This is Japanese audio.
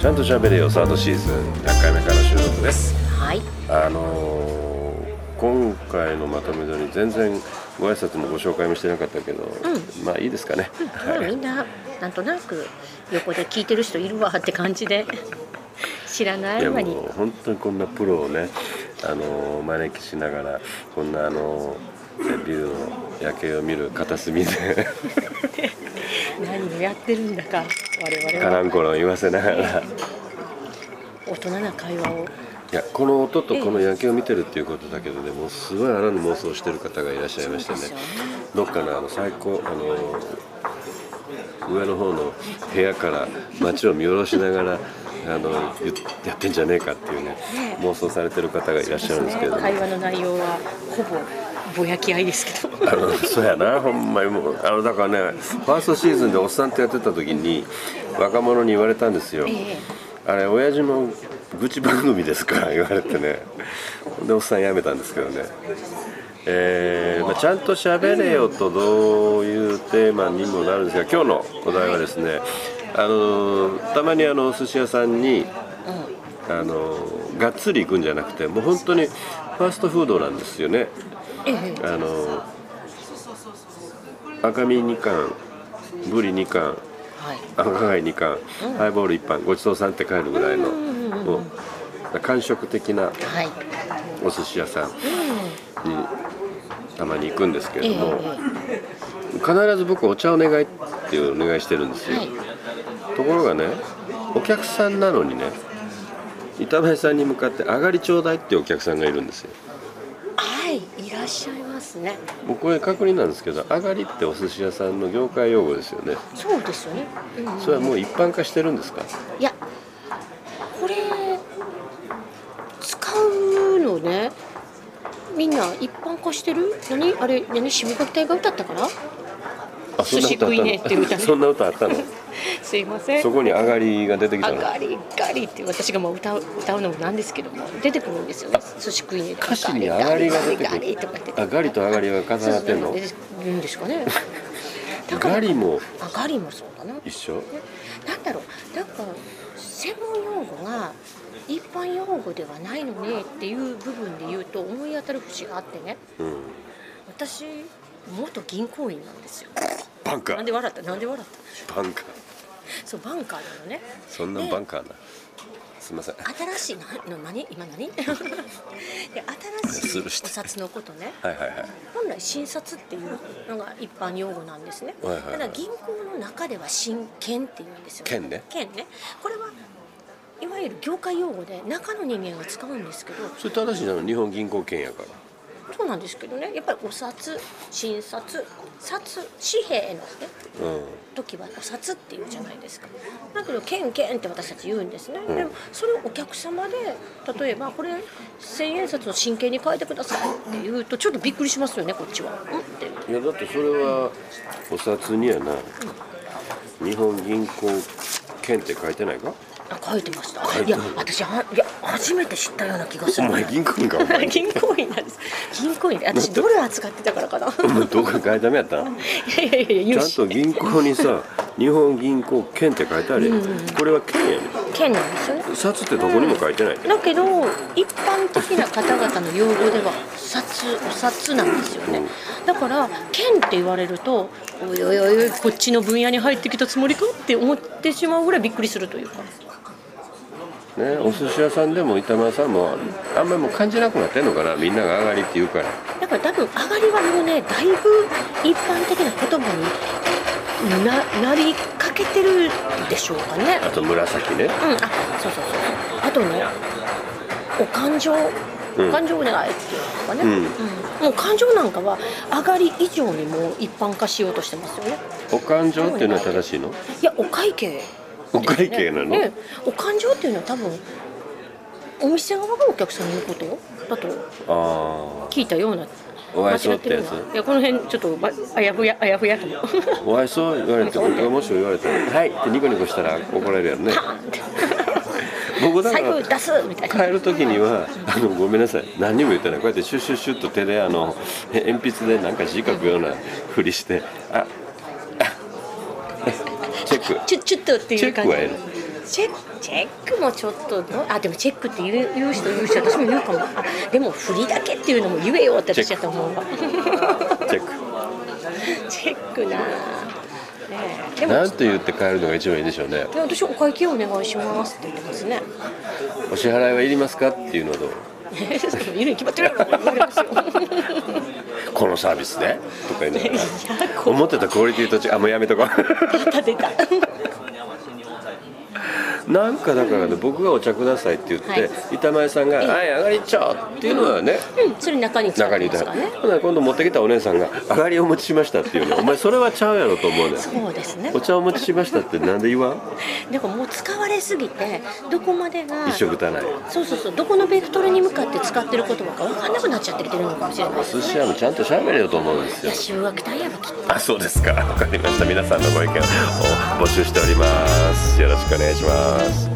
ちゃんと喋れよサードシーズン100回目から収録ですはいあのー今回のまとめ撮り全然ご挨拶もご紹介もしてなかったけど、まあいいですかね、まあはいみんななんとなく横で聞いてる人いるわって感じ で知らないいや間にもう本当にこんなプロをねあのお招きしながらこんなあのビルの夜景を見る片隅で何をやってるんだか我カ々ラはンコロン言わせながらい大人な会話をやこの音とこの夜景を見てるっていうことだけどでもうすごいあらぬ妄想をしてる方がいらっしゃいましてねそうですよねどっかのあの最高あの上の方の部屋から街を見下ろしながらあのゆやってんじゃねえかっていうねね妄想されてる方がいらっしゃるんですけれども会話の内容はほぼぼやき合いですけどあのそうやなほんまにもうあのだからねファーストシーズンでおっさんってやってた時に若者に言われたんですよ、ええあれ親父の愚痴番組ですから言われてねでおっさんやめたんですけどねえーまあ、ちゃんと喋れよとどういうテーマにもなるんですが今日のお題はですねあのーたまにあのお寿司屋さんにあのーがっつり行くんじゃなくてもう本当にファーストフードなんですよねええあの赤身2貫ブリ2貫はい赤貝2貫、ハイボール1杯ごちそうさんって帰るぐらいの、もう感触的なはいお寿司屋さんにたまに行くんですけえれえども、必ず僕お茶お願いっていうお願いしてるんですよ、はいところがねお客さんなのにね板前さんに向かって「上がりちょうだい」っていうお客さんがいるんですよはいいらっしゃいますねもうこれ確認なんですけど「上がり」ってお寿司屋さんの業界用語ですよねそうですよね、うんそれはもう一般化してるんですかいやこれ使うのねみんな一般化してる何あれ何渋学隊が歌ったからあそんな歌あ寿司食いねえっったての歌ね そんな歌あったのすいませんそこに上がりが出てきたあのガリガリって私がもう歌う歌うのもなんですけども出てくるんですよね寿司食いねえ歌詞に上がりが出てくガリとかってるあガリと上がりが重なってんのそうそう出てくるんです かねだからガリもあガリもそうかな一緒なんだろうなんか専門用語が一般用語ではないのねっていう部分で言うと思い当たる節があってねうん私元銀行員なんですよバンカなんでー笑ったなんで笑っバンカーたそうバンカーなのねそんなんバンカーなすいません新しいなな何 今何でス新ルーししいてお札のことねはいはいはい本来新札っていうのが一般用語なんですね、はいはいはいただ銀行の中では新券っていうんですよ券ね券ねこれはいわゆる業界用語で中の人間が使うんですけどそれ正しいなの日本銀行券やからそうなんですけどねやっぱりお札新札札紙幣のねうん時はお札っていうじゃないですかだけど券券って私たち言うんですね、でもそれをお客様で例えばこれ千円札の真券に変えてくださいって言うとちょっとびっくりしますよねこっちは。うんっていやだってそれはお札にはな日本銀行券って書いてないかあ書いてました書いいてやる私はいや初めて知ったような気がすおる前銀行員かお前 銀行員なんです銀行員で私ドル扱ってたか らかなお前どっか買いだめやったんいやいやいちや融ゃん資と銀行にさ日本銀行券って書いてあるやんこれは券やね券なんですよねん札ってどこにも書いてないねだけど一般的な方々の用語ではお札お札なんですよねだから券って言われるとおいおいおいおいこっちの分野に入ってきたつもりかって思ってしまうぐらいびっくりするというかねお寿司屋さんでも板前さんもあんまりもう感じなくなってんのかなみんなが上がりって言うからだから多分上がりはもうねだいぶ一般的な言葉にななりかけてるでしょうかねあと紫ねうんあそうそうそうあとねお勘定うんお勘定お願いっていうのがね、うんもう勘定なんかは上がり以上にもう一般化しようとしてますよねお勘定っていうのは正しいのいやお会計ですね、お会計なの、ねお勘定っていうのは多分お店側がお客さんに言うことだとあ聞いたようなお会いそうって間違やつるないやこの辺ちょっとまあやふやあやふや かもあお会いそう言われて僕がもし言われたら「はい」ってニコニコしたら怒られるやんね僕だか財ら布出すみたいな帰る時にはあのごめんなさい何にも言ってないこうやってシュッシュッシュッと手であのえ鉛筆でなんか字書くようなふりしてああチェックちょちょっとってチいェうッ感クじはやるチェチェックもちょっとどあでもチェックって言う言う人言う人私も言うかもあでも振りだけっていうのも言えよって私だと思うわチェッチェックなあねえでクもなんて言って帰るのが一番いいでしょうねで私お会計お願いしますって言ってます ねお支払いはいりますかっていうのといるに決まってるやろ言われますよこのサービスでとか言いながらいやこ思ってたクオリティと違うあもうやめとこう また出たなんかだからね僕がお茶くださいって言って、はい板前さんが「はい上がりちょ!」っていうのはねうんそれ中に使っ中てにいまたすからねほな今度持ってきたお姉さんが「上がりお持ちしました」っていうねお前それはちゃうやろと思うねそうですねお茶お持ちしましたってなんで言わんだからもう使われすぎてどこまでが一緒くたないそうそうそうどこのベクトルに向かって使ってる言葉か分かんなくなっちゃってきてるのかもしれないです寿ね司屋もちゃんと喋れよと思うんですいよや修学単位はきっとあそうですかわかりました皆さんのご意見を募集しておりますよろしくお願いします